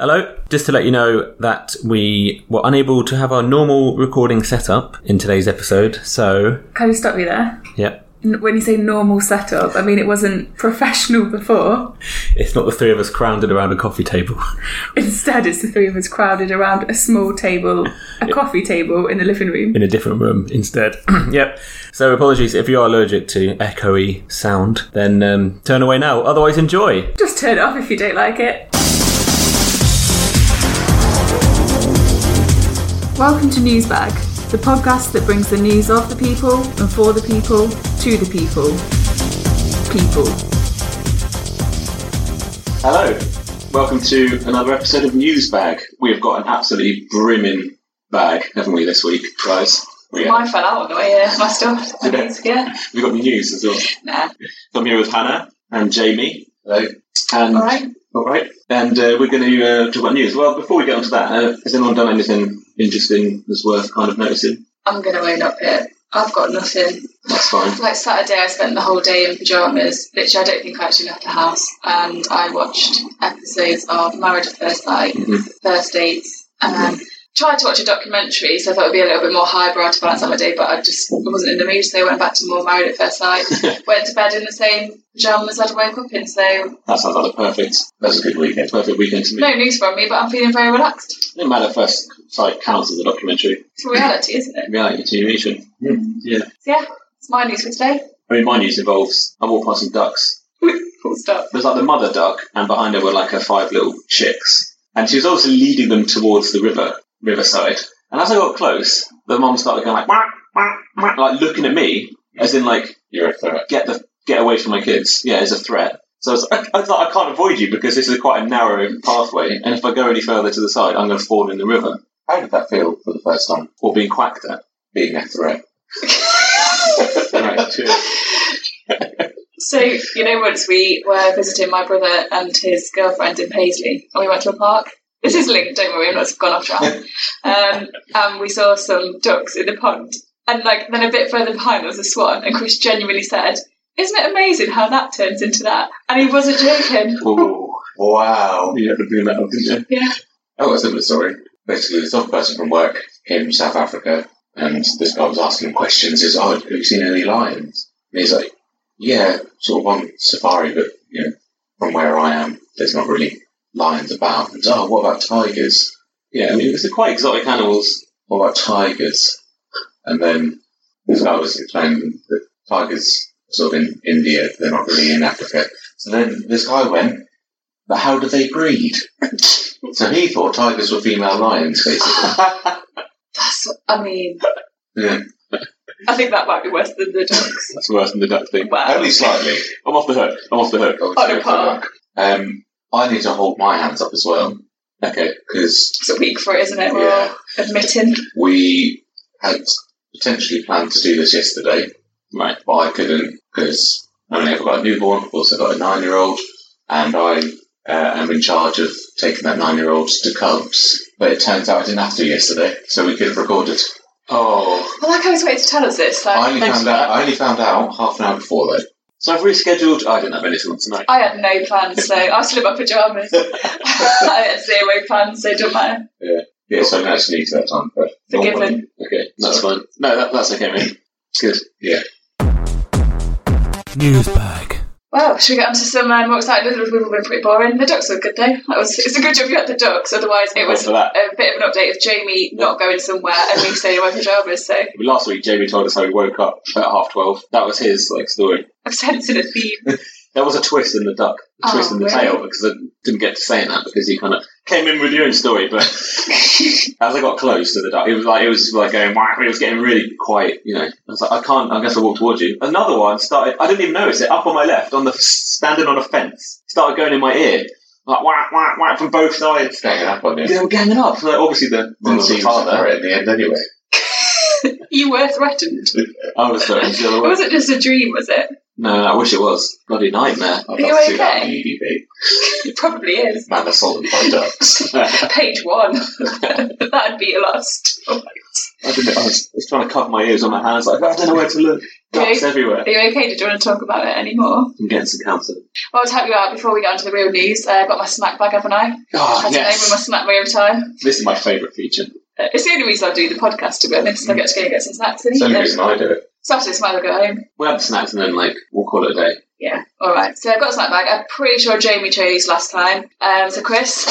Hello. Just to let you know that we were unable to have our normal recording setup in today's episode. So, Can you stop you there? yeah, N- When you say normal setup, I mean it wasn't professional before. it's not the three of us crowded around a coffee table. Instead, it's the three of us crowded around a small table, a coffee table in the living room. in a different room instead. yep. So apologies if you are allergic to echoey sound, then um, turn away now. Otherwise, enjoy. Just turn it off if you don't like it. Welcome to Newsbag, the podcast that brings the news of the people and for the people to the people. People. Hello. Welcome to another episode of Newsbag. We have got an absolutely brimming bag, haven't we, this week, guys? We Mine fell out of the way, yeah. My stuff. I need to get. We've got the news as well. Nah. So I'm here with Hannah and Jamie. Hello. And, All right. All right. And uh, we're going to uh, talk about news. Well, before we get onto that, uh, has anyone done anything interesting that's worth kind of noticing? I'm going to own up here. I've got nothing. That's fine. Like Saturday, I spent the whole day in pyjamas. Literally, I don't think I actually left the house. And I watched episodes of Marriage at First Sight, Mhm. First Dates, and tried to watch a documentary, so I thought it would be a little bit more highbrow to balance out my day, but I just wasn't in the mood, so I went back to more Married at First Sight. went to bed in the same pyjamas I'd woke up in, so That sounds like a perfect. That's a good weekend. Perfect weekend to me. no news from me, but I'm feeling very relaxed. No matter first sight counts as a documentary. It's reality, isn't it? Reality TV show. Yeah. So, yeah, it's my news for today. I mean, my news involves I walked past some ducks Full stop. There's like the mother duck, and behind her were like her five little chicks. And she was also leading them towards the river, riverside. And as I got close, the mom started going like, "Wah, wah, wah," like looking at me, as in like, you're a threat. Get the get away from my kids. Yeah, it's a threat. So I was like, I, I, was like, I can't avoid you because this is quite a narrow pathway, and if I go any further to the side, I'm going to fall in the river. How did that feel for the first time? Or being quacked at, being a threat. Right, cheers. So, you know, once we were visiting my brother and his girlfriend in Paisley, and we went to a park. This is linked, don't worry, I'm not gone off track. Um, and we saw some ducks in the pond. And like then a bit further behind there was a swan, and Chris genuinely said, Isn't it amazing how that turns into that? And he wasn't joking. Ooh, wow! You had the blue metal, didn't you? Yeah. Oh, a similar story. Basically, this other person from work came from South Africa, and this guy was asking him questions. He says, "Oh, have you seen any lions?" And he's like, "Yeah, sort of on safari, but you know, from where I am, there's not really lions about." And oh, what about tigers? Yeah, I mean, it's quite exotic animals. What about tigers? And then this guy was explaining that tigers are sort of in India, they're not really in Africa. So then this guy went, but how do they breed? so he thought tigers were female lions, basically. That's I mean Yeah. I think that might be worse than the ducks. That's worse than the duck thing. Wow. Only slightly. Oh, I'm off the hook. I'm off the hook. On a park. Um, I need to hold my hands up as well Okay. because It's a week for it, isn't it? We're Yeah. all admitting. we had potentially planned to do this yesterday, Right. but I couldn't because I only ever got a newborn. I've also got a nine-year-old, and I uh, am in charge of taking that nine-year-old to Cubs. But it turns out I didn't have to yesterday, so we could have recorded. Oh. I like how he's waiting to tell us this. Like, I only thanks found for out. that. I only found out half an hour before though. So I've rescheduled. I didn't have anything tonight. I had no plans, so I was still in my pajamas. I had zero plans, so it doesn't matter. Yeah, so I didn't actually need to that time, but normally- Forgiven. Okay. That's fine. No, that, that's okay, mate. Good. Newsbag. Well, should we get on to some uh, more exciting news? We've all been pretty boring. The ducks were good, though. That was, it's a good job you had the ducks, otherwise, it was Thanks for that. a bit of an update of Jamie not going somewhere and me staying in my pajamas, so Last week, Jamie told us how he woke up at half twelve. That was his like story. I'm sensing a theme. There was a twist in the duck, a Oh, twist in the really? tail, because I didn't get to saying that because you kind of came in with your own story. But as I got close to the duck, it was like it was like going. "Wah," It was getting really quiet. You know, I was like, I can't. I guess I walk towards you. Another one started. I didn't even notice it. Up on my left, on the standing on a fence, started going in my ear, like whack whack whack from both sides. Ganging up on you. They were ganging up. Like, obviously, the, Well, the the father. in the end anyway. you were threatened. I was sorry. It's the other It way. wasn't just a dream, was it? No, no, I wish it was. Bloody nightmare. I'd Are love to you see that on okay? the It probably is. EDB. Man assaulted by ducks. Page one. That'd be a lot of stories. I, didn't, I, was, I was trying to cover my ears on my hands, like, I don't know where to look. Ducks Yeah. everywhere. Are you okay? Did you want to talk about it anymore? I'm getting some counselling. Well, to help you out before we get onto the real news, uh, I got my snack bag, haven't I? I Oh, don't know, we yes. must snack me every time. This is my favourite feature. Mm. Uh, it's the only reason I do the podcast, to be honest. I get to go and get some snacks and It's eat the only them. reason I do it. Saturday, might as well go home. We'll have the snacks and then, like, we'll call it a day. Yeah, alright. So I've got a snack bag. I'm pretty sure Jamie chose last time. Um, so Chris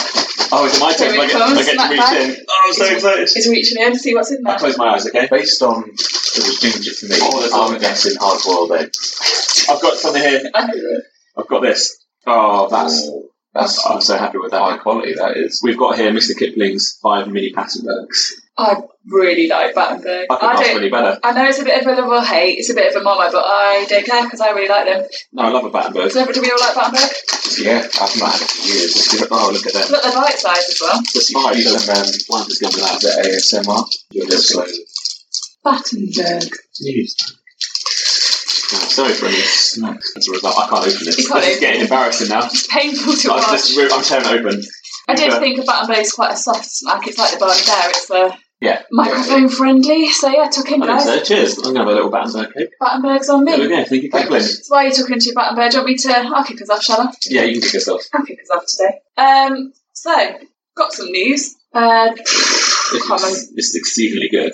Oh, is it my Here turn? it I get, comes, I get to snack reach bag. in. Oh, I'm so It's- excited. is reaching in, see what's in I there. close my eyes, okay? Based on it was ginger for me, Oh, there's I'm one. guessing hard boiled egg. I've got something here. I've got this. Oh, that's. that's I'm so happy with that. high quality. That is. We've got here Mr. Kipling's five mini Pattenbergs. I really like Battenberg. I couldn't I ask for don't. any better. I know it's a bit of a love or hate, it's a bit of a mama, but I don't care because I really like them. No, I love a Battenberg. So, do we all like Battenberg? Yeah, I've not had it for years. Oh, look at that. Look, they're bite size as well. The You spice. do of- some um, One of us going with that. the ASMR. You're just slow. Battenberg. Yeah, sorry for any snacks as a result. I can't open this. You can't this is open getting it. embarrassing now. It's painful to I'm, watch. just, I'm tearing it open. I did Okay. think a Battenberg is quite a soft snack. It's like the barn there. It's uh, Yeah. microphone friendly. So, yeah, tuck in, I think guys. so. Cheers. I'm going to have a little Battenberg cake. Battenberg's on There we me. go. Thank you, Kipling. Thanks. That's why you took into your Battenberg. Do you want me to? I'll kick us off, shall I? Yeah, you can pick yourself. I'll kick us off today. Um, so, got some news. Uh, can't, This remember, is, this is exceedingly good.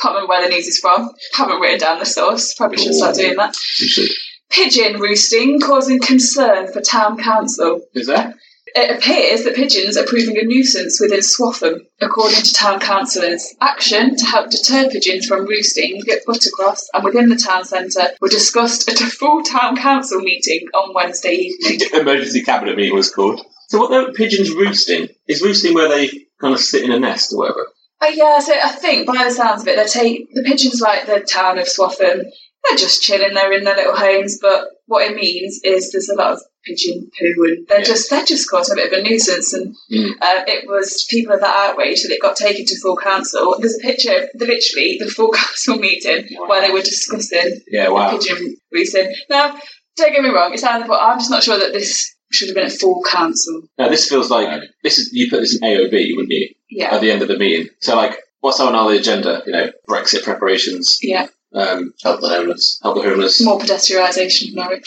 can't remember where the news is from. Haven't written down the source. Probably should start doing that. You should. Pigeon roosting causing concern for town council. Is there? It appears that pigeons are proving a nuisance within Swaffham, according to town councillors. Action to help deter pigeons from roosting at Buttercross and within the town centre were discussed at a full town council meeting on Wednesday evening. Emergency cabinet meeting was called. So what the pigeons roosting? Is roosting where they kind of sit in a nest or whatever? But Uh, yeah, so I think by the sounds of it, they take the pigeons like the town of Swaffham. They're just chilling. They're in their little homes. But what it means is there's a lot of pigeon poo, and they're Yeah. just they're just causing a bit of a nuisance. And Mm. uh, it was people of that outrage that it got taken to full council. There's a picture of the, literally the full council meeting Wow. where they were discussing Yeah, wow. pigeon roosting. Now, don't get me wrong. It sounds, but I'm just not sure that this should have been at full council. Now this feels like No. this is you put this in AOB, wouldn't you? Yeah, At the end of the meeting. So like, what's on our agenda? You know, Brexit preparations, yeah, um, Help the homeless. help the homeless, more pedestrianisation of Norwich.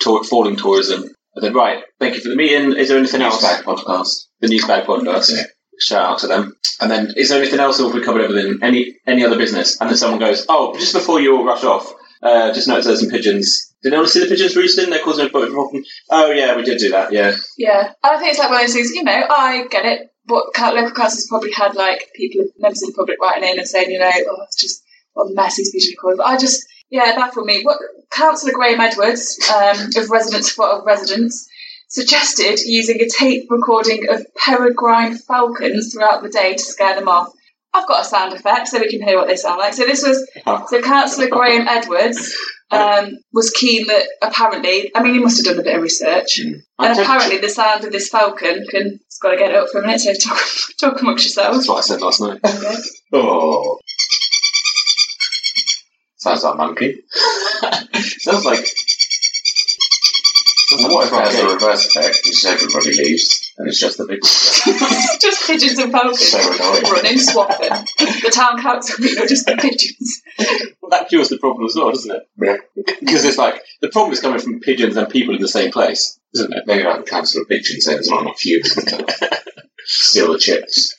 tour, falling tourism. I said, right, thank you for the meeting. Is there anything else? Newsbag podcast. The Newsbag podcast. Yeah. Shout out to them. And then, is there anything else, or have we covered everything? Any any other business? And then someone goes, oh, just before you all rush off, uh, just notice there's some pigeons. Did anyone see the pigeons roosting? They're causing a bit of a problem. Oh yeah, we did do that. Yeah, Yeah, and I think it's like one of those things. You know, I get it, but ca- local councils probably had like people, members of the public writing in and saying, you know, oh, it's just what a mess these people are causing. But I just, yeah, it baffled me. What Councillor Graham Edwards um, of residents for of residents suggested using a tape recording of peregrine falcons throughout the day to scare them off. I've got a sound effect so we can hear what they sound like. So this was so Councillor Graham Edwards um, was keen that apparently, I mean, he must have done a bit of research. I And don't- apparently, the sound of this falcon can. It's got to get it up for a minute, so talk, talk amongst yourselves. that's what I said last night. Okay. Oh. Sounds like monkey. Sounds like. And what if it has a reverse effect and just everybody leaves and it's just the big just pigeons and falcons So annoying. running, swapping. the town council meeting will just be pigeons. Well, that cures the problem as well, doesn't it? Yeah. Because it's like the problem is coming from pigeons and people in the same place, isn't it? Maybe like the Council of Pigeons said, there's not enough humans to steal the chips.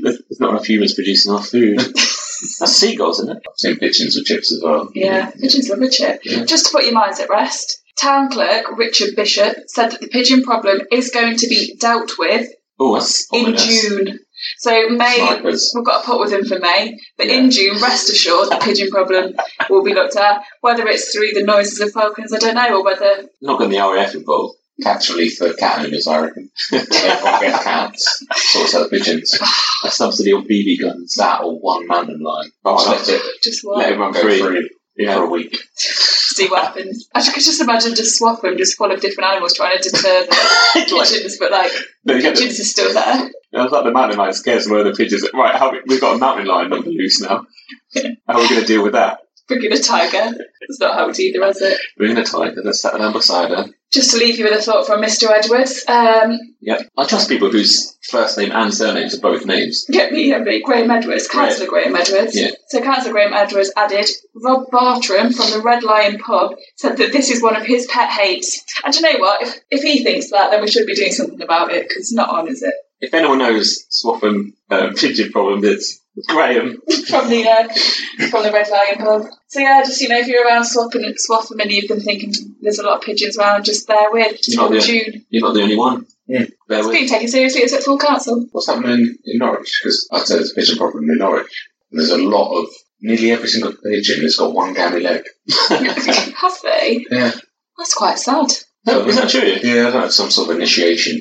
There's there's not enough humans producing our food. That's seagulls, isn't it? I've seen pigeons with chips as well. Yeah, pigeons love a chip. Just to put your minds at rest, town clerk Richard Bishop said that the pigeon problem is going to be dealt with Oh, that's in ominous. June. So May, Snipers. we've got a pot with him for May, but Yeah. in June, rest assured, the pigeon problem will be looked at. Whether it's through the noises of falcons, I don't know, or whether Not got the RAF involved. Naturally for cat owners, I reckon. Everyone get cats. Sort out the pigeons. A subsidy on BB guns. That or one mountain lion. Oh, Just I like let it. it just Let what him run go free. through for Yeah. a week. see what happens. I could just imagine just swap them, just full of different animals trying to deter the It's like, pigeons, but like no, you get the- pigeons are still there. I was like the mountain lion scares them away with the pigeons. Right, how, we- we've got a mountain lion on the loose now. How are we going to deal with that? Bring in a tiger. That's not helped either, has it? We're going to tie it and then set it down beside her. Just to leave you with a thought from Mr. Edwards. Um, Yep. I trust people whose first name and surnames are both names. get me a bit, Graham Edwards, Councillor Graham Edwards. Yeah. So Councillor Graham Edwards added, Rob Bartram from the Red Lion pub said that this is one of his pet hates. And do you know what? If, if he thinks that, then we should be doing something about it because it's not on, is it? If anyone knows Swaffham um, pigeon problem, it's Graham. from the uh, from the Red Lion pub. So yeah, just you know, if you're around Swaffham, Swaffham and you've been thinking there's a lot of pigeons around, just bear with. It's Oh, from yeah. June. You're not the only one. Yeah. Bear It's with. being taken seriously. It's at full council. What's happening in Norwich? Because I'd say there's a pigeon problem in Norwich. And there's a lot of nearly every single pigeon has got one downy leg. Have they? Yeah. That's quite sad. No, is that true? Yeah, I don't know, some sort of initiation.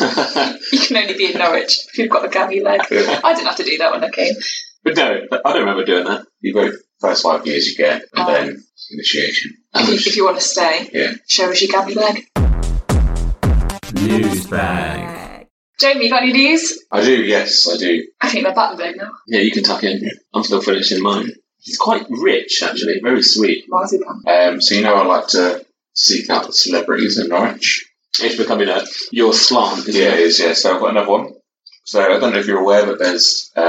You can only be in Norwich if you've got a gammy leg. Yeah. I didn't have to do that when I came. but no, I don't remember doing that. You go first five years you get, and then initiation. If you, if you want to stay, Yeah. show us your gammy leg. News bag. Jamie, you got any news? I do, yes, I do. I think they're Battenberg now. Yeah, you can tuck in. I'm still finishing mine. It's quite rich, actually. Very sweet. Marzipan. Um, so you know I like to seek out the celebrities in Norwich. It's becoming a your slant. Isn't Yeah, it It? is, yeah. So I've got another one. So I don't know if you're aware, but there's um,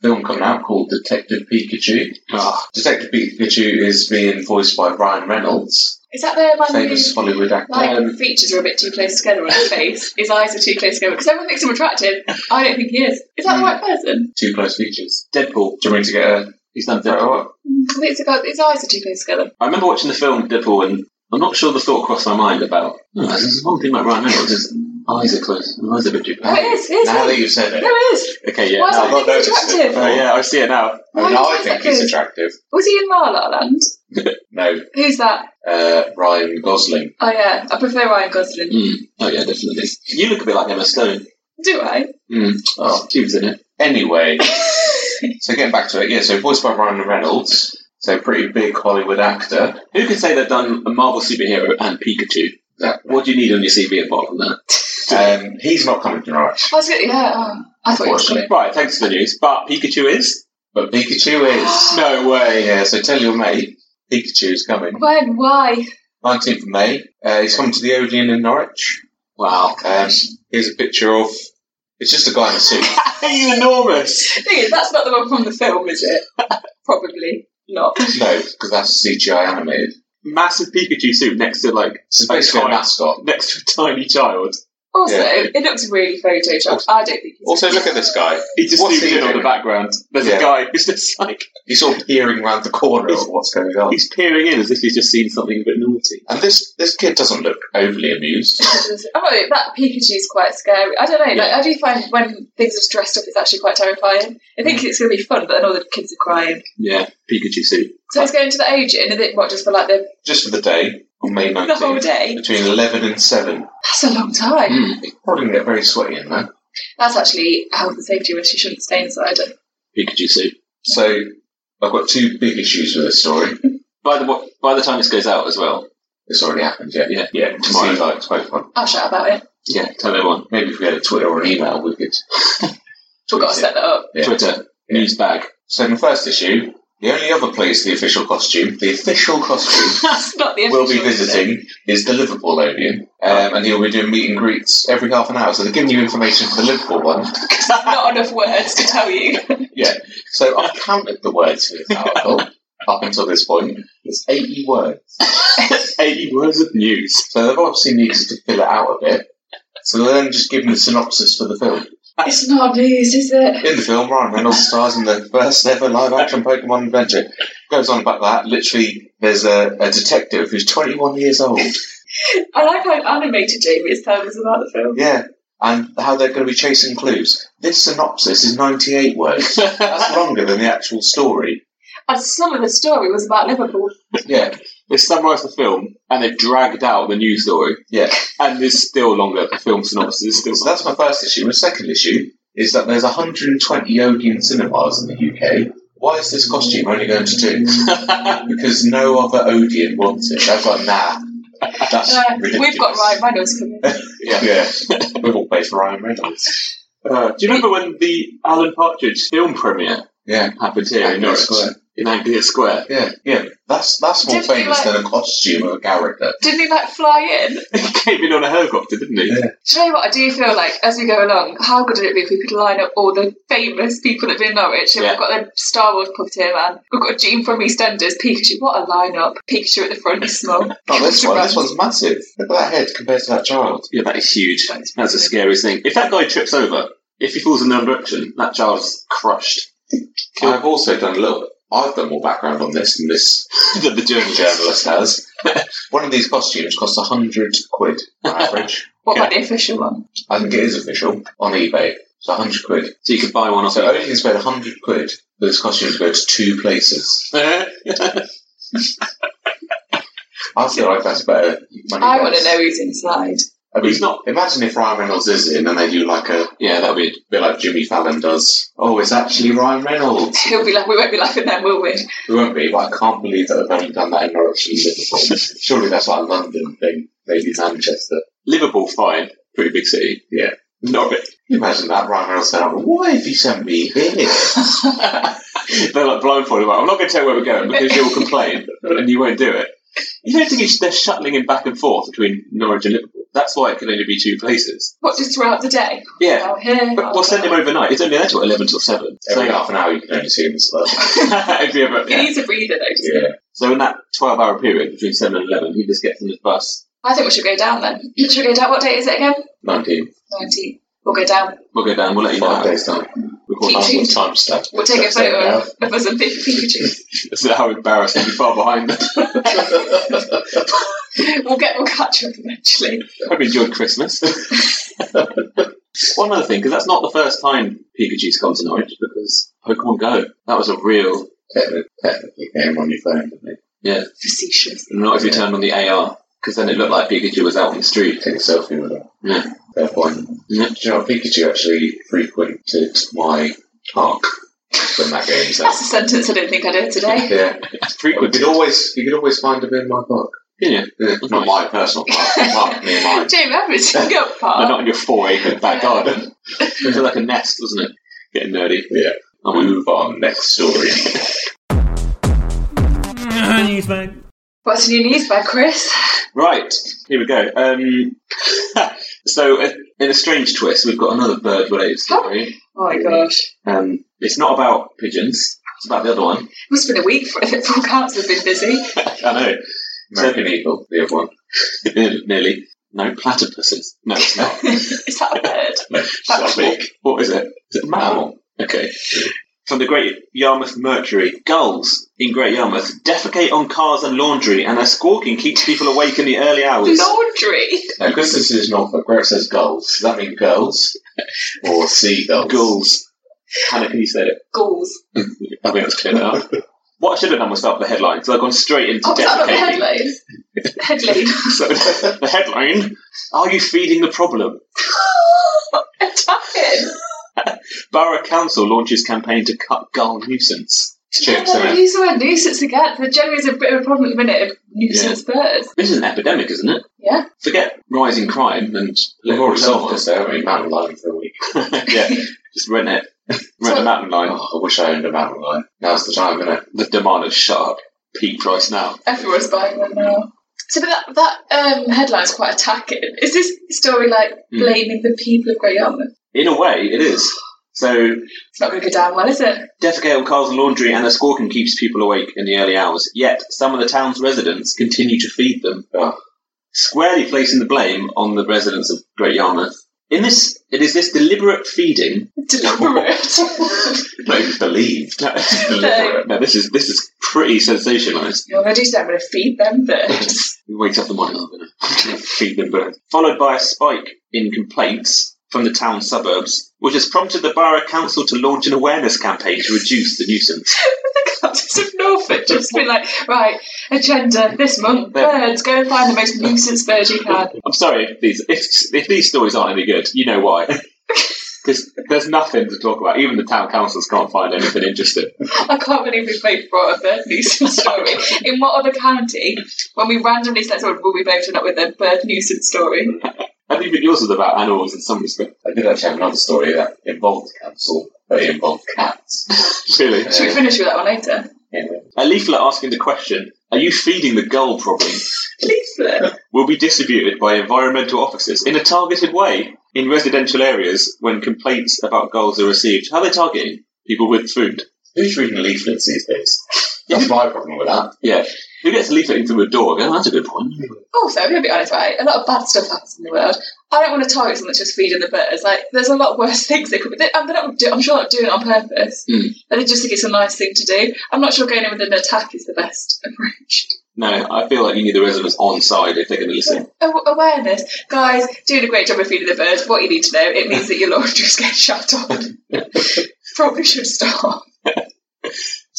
a film coming out called Detective Pikachu. Ah, Detective Pikachu is being voiced by Ryan Reynolds, Is that the man who- famous Hollywood actor. Like Um, features are a bit too close together on his face. His eyes are too close together because everyone thinks him attractive. I don't think he is. Is Hmm. that the right person? two close features. Deadpool. Do you want me to get a He's done Deadpool. photo up? I think it's about his eyes are too close together. I remember watching the film Deadpool, and I'm not sure the thought crossed my mind about. Oh, there's one thing about Ryan Reynolds. His eyes are closed. His eyes are a bit too Oh, it is. It is. Now that No, you've said it, it is. Okay, yeah. Why is that now- I've thing not noticed it. attractive? Oh, yeah, I see it now. I Why mean, do you I like think that he's dude? attractive. Was he in La La Land? No, Who's that? uh, Ryan Gosling. Oh yeah, I prefer Ryan Gosling. Mm. Oh, yeah, definitely. You look a bit like Emma Stone. Do I? Mm. Oh, she was in it. Anyway, so getting back to it, yeah, so voiced by Ryan Reynolds, so pretty big Hollywood actor. Who could say they've done a Marvel superhero and Pikachu? Exactly. What do you need on your CV apart from that? Um, he's not coming to Norwich, I was gonna, yeah. Oh, I thought. it was- unfortunately, Right, thanks for the news. But Pikachu is? but Pikachu is. No way. Yeah, so tell your mate, Pikachu is coming. When? Why? 19th of May, uh, he's coming to the Odeon in Norwich. Wow. Um, here's a picture of. It's just a guy in a suit. you enormous. The thing is, that's not the one from the film, is it? Probably not. no, because that's CGI animated. Massive Pikachu suit next to, like, So basically a Okay. mascot. next to a tiny child. Also, Yeah. it looks really photoshopped. I don't think. he's- Also, look at this guy. He just What's zooms he in on doing? the background. There's Yeah. a guy who's just like, He's sort of peering around the corner at what's going on. he's peering in as if he's just seen something a bit naughty. And this this kid doesn't look overly amused. Oh, that Pikachu's quite scary. I don't know. Like, I do find when things are dressed up, it's actually quite terrifying. I Mm. think it's going to be fun, but then all the kids are crying. Yeah, Pikachu suit. So it's going to the Odeon, and it, what, just for like the, Just for the day on May the whole 19th, day? between 11 and 7. That's a long time. Mm. Hmm. Probably gonna get very sweaty in there. That's actually health and safety risk. You shouldn't stay inside. Pikachu suit. So I've got two big issues with this story. By the by, the time this goes out as well. It's already happened, yeah. Yeah. yeah. Tomorrow. Tomorrow, like, it's quite fun. I'll shout about it. Yeah, tell everyone. Maybe if we had a Twitter or an email, we could. We've got to set that up. Yeah. Twitter Yeah. news bag. So my first issue, the only other place the official costume, the official costume That's not the will be official, is it? visiting is the Liverpool Odeon, um, and he'll be doing meet and greets every half an hour. So they're giving you information for the Liverpool one. Not enough words to tell you. So I've counted the words for this article up until this point. It's 80 words. Eighty words of news. So they've obviously needed to fill it out a bit. So they're then just given the synopsis for the film. It's not news, is it? In the film, Ryan Reynolds stars in the first ever live action Pokemon adventure. Goes on about that. Literally, there's a, a detective who's 21 years old. I like how animated Jamie is telling us about the film. Yeah. And how they're going to be chasing clues. This synopsis is 98 words. That's longer than the actual story. And some of the story was about Liverpool. Yeah. They summarised the film and they've dragged out the news story, Yeah. and it's still longer. The film synopsis is still. So that's my first issue. My second issue is that there's 120 Odeon cinemas in the UK. Why is this costume only going to two? Because no other Odeon wants it. They've got nah. That's Uh, ridiculous. we've got Ryan Reynolds coming. Yeah, yeah. we've all paid for Ryan Reynolds. Uh, do you remember when the Alan Partridge film premiere Yeah, happened here in Hackney Norwich? Square. in Anglia Square. Yeah, yeah. That's that's more Didn't he, famous like- than a costume of a character. Didn't he like fly in? He came in on a helicopter, didn't he? Yeah. Do you know what? I do feel like as we go along, how good would it be if we could line up all the famous people that have been in Norwich? And Yeah. We've got the Star Wars puppeteer man. We've got Gene from EastEnders. Pikachu. What a lineup! Pikachu at the front is small. Oh, this Pikachu one, runs. this one's massive. Look at that head compared to that child. Yeah, that is huge. That is That's the massive. scariest thing. If that guy trips over, if he falls in the wrong direction, that child's crushed. I've also done a little. I've done more background on this than this the, the journalist. journalist has. One of these costumes costs a hundred quid on average. What about the official one? I think it is official on eBay. It's a hundred quid. So you could buy one off So I only eBay. can spend a hundred quid for this costume to go to two places. Uh-huh. I feel like that's better. money I want to wise. know who's inside. I mean, He's not- Imagine if Ryan Reynolds is in and they do like a yeah, that'd be. bit like Jimmy Fallon does. Oh, it's actually Ryan Reynolds. He'll be like, we won't be laughing then, will we? We won't be, but I can't believe that they've only done that in Norwich and Liverpool. Surely that's like a London thing, maybe Manchester. Liverpool, fine. Pretty big city. Yeah. Norwich. Can you imagine that? Ryan Reynolds saying, Why have you sent me here? They're like blindfolded. Like, I'm not going to tell you where we're going because you'll complain and you won't do it. You don't think it's, they're shuttling him back and forth between Norwich and Liverpool? That's why it can only be two places. What just throughout the day? Yeah. Out here. But out we'll send him there. overnight. It's only there till 11 till 7. So, Every half an hour you can only see him as well. It'd be about- He yeah. needs a breather though. doesn't he? Yeah. So in that 12 hour period between 7 and 11, he just gets on his bus. I think we should go down then. Should we go down? What day is it again? 19. 19. We'll go down. We'll go down, we'll let you know. Five days time. Record Keep that. tuned. Time stamp. We'll take a photo of, of us and big Pikachu. This is how embarrassing. We're far behind. we'll get we'll catch up eventually. Hope you enjoyed Christmas. One other thing, because that's not the first time Pikachu's come to Norwich, because Pokemon Go. That was a real. Technically, technically came on your phone, didn't it? Facetious. Not if you turned on the AR, because then it looked like Pikachu was out on the street. Take a selfie with it. Yeah. Fair point. Yeah. Do you know what? Pikachu actually frequented my park when that game's out. That's a sentence I don't think I did today. Yeah. You Frequent. could always you could always find him in my park. Yeah. Yeah, Not my personal park, the park near mine. Jamie Everett's in Goat No, Park. not in your four acre back Yeah. garden. it was like a nest, wasn't it? Getting nerdy. Yeah. Oh, my- Move on, next story. Newsbag. What's in your news by Chris? Right, here we go. Um, so, uh, in a strange twist, we've got another bird related story. Oh my gosh. Um, it's not about pigeons, it's about the other one. Must have been a week for it. Full council have been busy. I know, American Eagle, the other one. nearly. No, platypuses. No, it's not. Is that a bird? That's That's what, what is it? Is it a mammal? Okay. From the Great Yarmouth Mercury, gulls in Great Yarmouth defecate on cars and laundry, and their squawking keeps people awake in the early hours. Laundry. Now, because this is Norfolk, where it says gulls, does that mean girls? Or seagulls? Gulls. Hannah, can you say it? Ghouls. I think that's clear that up. What I should have done was start with the headline, so I've gone straight into Oh, is that not the defecating. headline? headline. So the headline: Are you feeding the problem? Attacking. Borough Council launches campaign to cut gull nuisance. Chips, Yeah, innit? use the word nuisance again. There generally is a bit of a problem at the minute of nuisance birds. This is an epidemic, isn't it? Yeah. Forget rising crime and We've already solved political this, though, haven't we? Mountain lion for a week. disorder. yeah, just rent it. Rent So- a mountain lion. Oh, I wish I owned a mountain lion. Now's the time, isn't it? The demand is shut up. Peak price now. Everyone's buying one now. So, but that that um, headline's quite attacking. Is this story like Hmm. blaming the people of Great Yarmouth? In a way, it is. So It's not going to go down well, is it? Defecate on cars and laundry, and the squawking keeps people awake in the early hours. Yet, some of the town's residents continue to feed them, Oh. squarely placing the blame on the residents of Great Yarmouth. In this, it is this deliberate feeding. Deliberate. Not even believed. No, Deliberate. no, this is this is pretty sensationalised. You're going to do something. I'm going to feed them birds. He wakes up in the morning, "Oh, I'm gonna feed them birds. Followed by a spike in complaints from the town suburbs, which has prompted the borough council to launch an awareness campaign to reduce the nuisance. the Countess of Norfolk just been like, right, agenda this month: birds. Go and find the most nuisance bird you can. I'm sorry if these if, if these stories aren't any good, you know why. Because there's nothing to talk about. Even the town councils can't find anything interesting. I can't believe we both brought a bird nuisance story. In what other county, when we randomly said someone, will we both turn up with a bird nuisance story? I think even yours is about animals in some respect. I did actually have another story that involved council, but it involved cats. Really? Should we finish with that one later? Yeah, A leaflet asking the question, are you feeding the gull problem, Leaflet. will be distributed by environmental officers in a targeted way in residential areas when complaints about gulls are received. How are they targeting? People with food. Who's reading leaflets these days? That's my problem with that. Yeah. Who gets a leaflet in through a door? Go, that's a good point. Also, I'm going to be honest, right? A lot of bad stuff happens in the world. I don't want to target someone that's just feeding the birds. Like, there's a lot worse things they could be. They, um, they don't do, I'm sure they don't do it on purpose, Hmm. but they just think it's a nice thing to do. I'm not sure going in with an attack is the best approach. No, I feel like you need the residents on side if they're going to listen. Aw- awareness. Guys, doing a great job of feeding the birds. What you need to know, it means that your laundry's getting shut on. Probably should stop.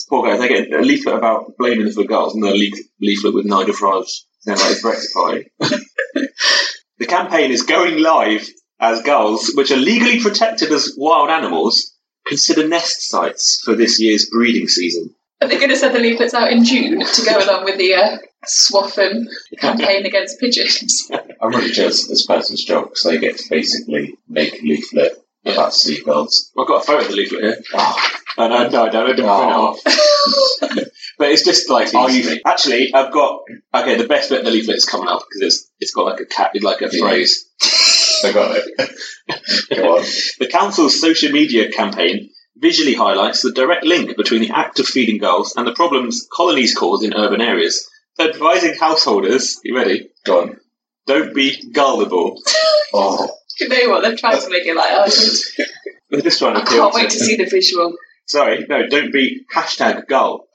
Poor guys, they get a leaflet about blaming them for girls and a leaf- leaflet with Nigel Farage saying like it's rectifying. the campaign is going live as gulls, which are legally protected as wild animals, consider nest sites for this year's breeding season. Are they going to send the leaflets out in June to go along with the uh, Swaffham campaign against pigeons? I'm really jealous of this person's job because they get to basically make a leaflet about seagulls. I've got a photo of the leaflet here. Oh, Oh, no, no, I don't. I didn't print it Oh. off. But it's just like, are you actually? I've got okay. The best bit of the leaflet is coming up because it's it's got like a cat, like a Yeah. phrase. I got it. Go on. The council's social media campaign visually highlights the direct link between the act of feeding gulls and the problems colonies cause in urban areas, advising householders, you ready? Go on. Don't be gullible. Oh, you know what? They're trying to make it like, oh, We're just trying to I appeal can't wait to see the visual. Sorry, no, don't be hashtag gullible.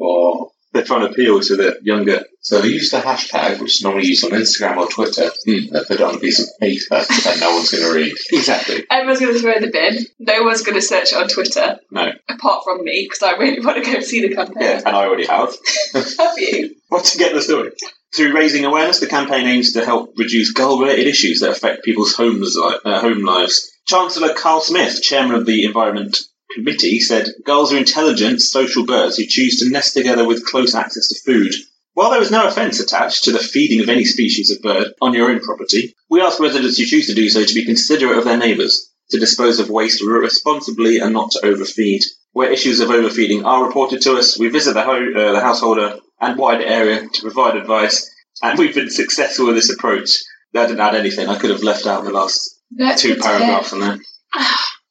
oh. They're trying to appeal to the younger. So they use the hashtag, which is normally used on Instagram or Twitter, and they put it on a piece of paper and no one's going to read. Exactly. Everyone's going to throw in the bin. No one's going to search it on Twitter, No. apart from me, because I really want to go and see the campaign. Yeah, and I already have. Have you? What to get the story? Through raising awareness, the campaign aims to help reduce gull-related issues that affect people's homes, li- uh, home lives. Chancellor Carl Smith, chairman of the Environment Committee, said gulls are intelligent, social birds who choose to nest together with close access to food. While there is no offence attached to the feeding of any species of bird on your own property, we ask residents who choose to do so to be considerate of their neighbours, to dispose of waste responsibly and not to overfeed. Where issues of overfeeding are reported to us, we visit the, ho- uh, the householder and wider area to provide advice, and we've been successful with this approach. I didn't add anything. I could have left out the last That's two what's there. paragraphs on there.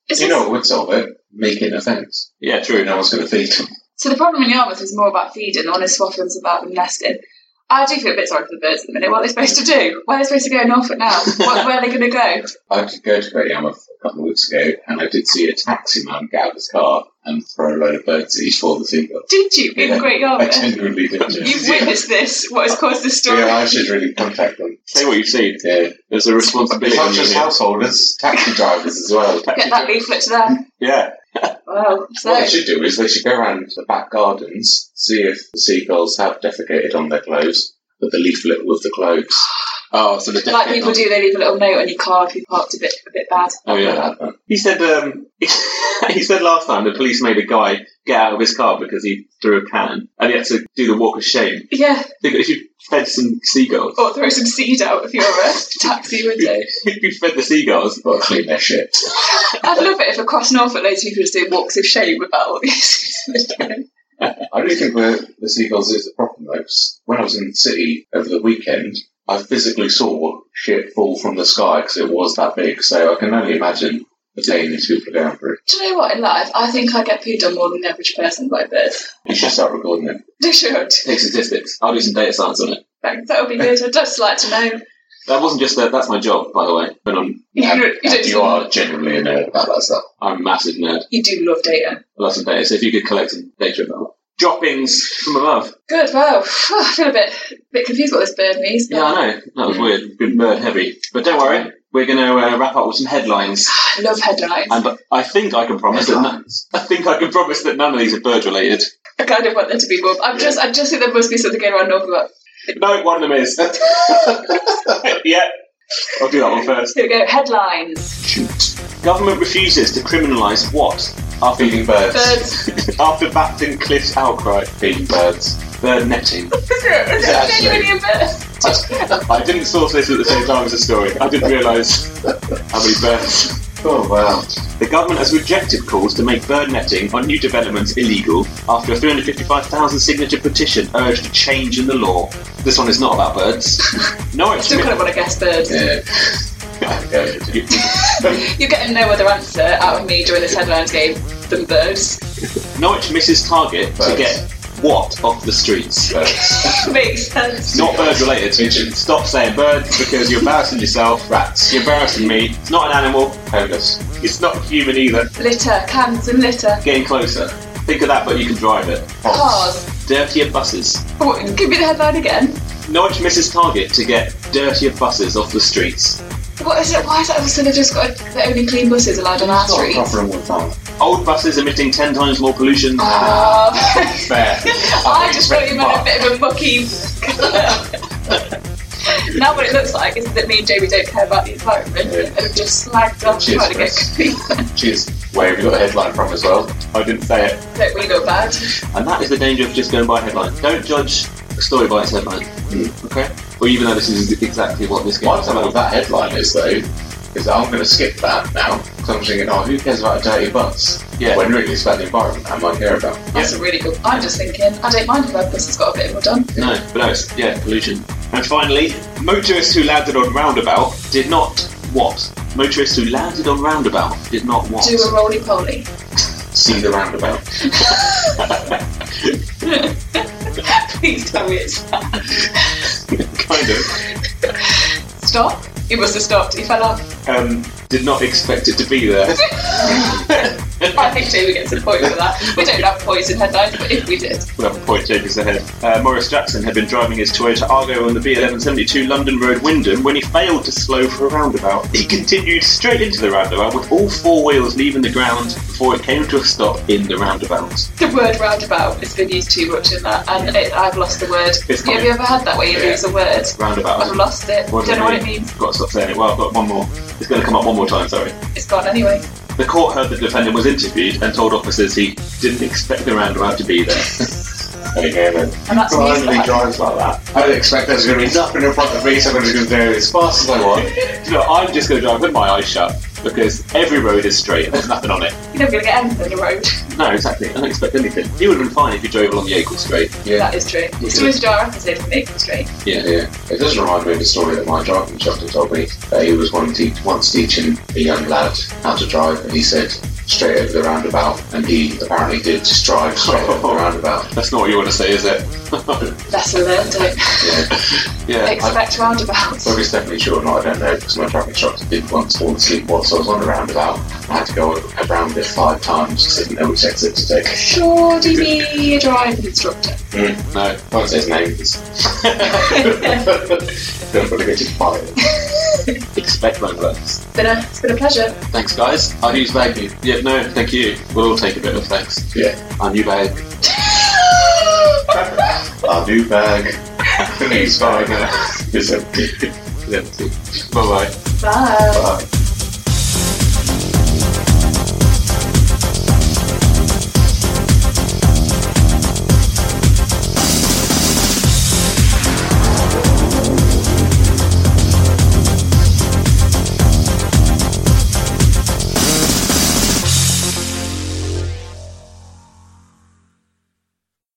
Is You this- know what would solve it? Make it an offence. Yeah, True, true. no one's going to feed them. So the problem in Yarmouth is more about feeding, the one in Swaffham's about them nesting. I do feel a bit sorry for the birds at the minute. What are they supposed to do? Where are they supposed to go in Norfolk now? what, where are they going to go? I did go to Great Yarmouth a couple of weeks ago, and I did see a taxi man get out of his car and throw a load of birdseed for the seagull. Did you in Yeah. Great I Yarmouth? genuinely did. You've Oh, witnessed this. What has caused this story? Yeah, I should really contact them. Say what you've seen. Yeah. There's a It's responsibility. not on you just here. householders, taxi drivers as well. Get that leaflet to them. Yeah. Wow. So What they should do is they should go around the back gardens, see if the seagulls have defecated on their clothes, put the leaflet with the clothes. Oh, so the like people do, they leave a little note on your car if you parked a bit a bit bad. Oh yeah. He said. Um, he said last time the police made a guy get out of his car because he threw a can, and he had to do the walk of shame. Yeah. Think if you fed some seagulls, Or throw some seed out of your uh, taxi window. if you fed the seagulls, Got to clean their shit. I'd love it if across Norfolk loads of people just doing walks of shame about all these. I do think the, the seagulls is a problem though. 'cause When I was in the city over the weekend, I physically saw shit fall from the sky because it was that big. So I can only imagine the pain these people are going through. Do you know what in life? I think I get pooed on more than the average person by birds. You should start recording it. They should. take statistics. I'll do some data science on it. Like, that would be good. I'd just like to know. That wasn't just that. That's my job, by the way. But I'm You, And- don't- you, and don't you are genuinely a nerd about that stuff. I'm a massive nerd. you do love data. I love some data. So if you could collect some data about it. droppings from above. Good, wow. I feel a bit bit confused what this bird means. But Yeah, I know. That was Hmm. weird. Been bird heavy. But don't worry. We're going to uh, wrap up with some headlines. I love headlines. And but I think I can promise that none, I think I can promise that none of these are bird related. I kind of want there to be more. I'm just, I just think there must be something going around Norfolk. about- No, one of them is. yeah, I'll do that one first. Here we go. Headlines. Government refuses to criminalise what after Feeding birds. Birds. after Bapton Cliff's outcry. Feeding birds. Bird netting. Is it Exactly. genuinely a bird? I didn't source this at the same time as the story. I didn't realise how many birds. Oh wow. The government has rejected calls to make bird netting on new developments illegal after a 355,000 signature petition urged a change in the law. This one is not about birds. Norwich. Still kind of want to guess birds. Yeah. You're getting no other answer out of me during this headlines game than birds. Norwich misses target to Birds. get what off the streets? Birds. Makes sense. Not bird related. Stop saying birds because you're embarrassing yourself. Rats. You're embarrassing me. It's not an animal. Homeless. It's not human either. Litter, cans and litter. Getting closer. Think of that, but you can drive it. Cars. Dirtier buses. Oh, give me the headline again. Norwich misses target to get dirtier buses off the streets. What is it? Why is that also they've just got the only clean buses allowed on our Not a streets? problem with that. Old buses emitting ten times more pollution. than- Ah, Fair. I just thought you meant a bit of a mucky colour. now what it looks like is that me and Jamie don't care about the environment and have just slagged off Cheers, trying to get Chris. clean. Cheers. Where have you got the headline from as well? I didn't say it. don't we look bad? And that is the danger of just going by a headline. Don't judge a story by its headline. Hmm. Okay? Or even though this is exactly what this game My is problem with about. that headline is though, is that I'm going to skip that now because I'm thinking, oh, who cares about a dirty bus? Yeah. When really it's about the environment I might care about. That's a really good. I'm just thinking, I don't mind if our bus has got a bit more done. No, but no, it's, yeah, pollution. And finally, motorists who landed on roundabout did not what? Motorists who landed on roundabout did not what? Do a roly poly. See the roundabout. Please tell me it's kind of. stop. He must have stopped. He fell off. Um, did not expect it to be there. I think Jamie gets a point for that. We don't have points in headlines, but if we did, We'll have a point changes ahead. Uh, Morris Jackson had been driving his Toyota Argo on the B1172 London Road Wyndham when he failed to slow for a roundabout. He continued straight into the roundabout with all four wheels leaving the ground before it came to a stop in the roundabout. the word roundabout has been used too much in that, and it, I've lost the word. It's Have you ever had that where you Yeah. lose a word? I've Roundabout. lost it. What does don't know it what it mean? means. Got to stop saying it. Well, I've got one more. It's going to come up one more time, sorry. It's gone anyway. The court heard the defendant was interviewed and told officers he didn't expect the roundabout to be there. There you go then. And that's Well, news. nobody that. drives like that. I didn't expect there's going to be nothing in front of me, so I'm just going to do it as fast as I want. you know, I'm just going to drive with my eyes shut because every road is straight and there's nothing on it. You're never going to get anything on the road. No, exactly. I don't expect anything. He would have been fine if he drove along Yeagle Street. Yeah. That is true. Yeah. It's always jar opposite from Maple Street. Yeah, yeah. It does remind me of a story that my driving instructor told me that he was one te- once teaching a young lad how to drive, and he said straight over the roundabout, and he apparently did just drive straight over the roundabout. That's not what you want to say, is it? Lesson learned. Don't Yeah, Yeah. expect roundabouts. whether it's definitely true or not, I don't know, because my driving instructor did once fall asleep whilst I was on the roundabout. I had to go around it five times because I didn't know which exit to take. Sure, do you need a driving instructor? No, I won't say his name. It's don't want to get too fired. Expect roundabouts. It's been a, it's been a pleasure. Thanks, guys. I'll use bag you. Yeah, no, thank you. We'll all take a bit of thanks. Yeah, Our new bag. our new bag. Please, fine. It's empty. Bye bye. Bye. Bye.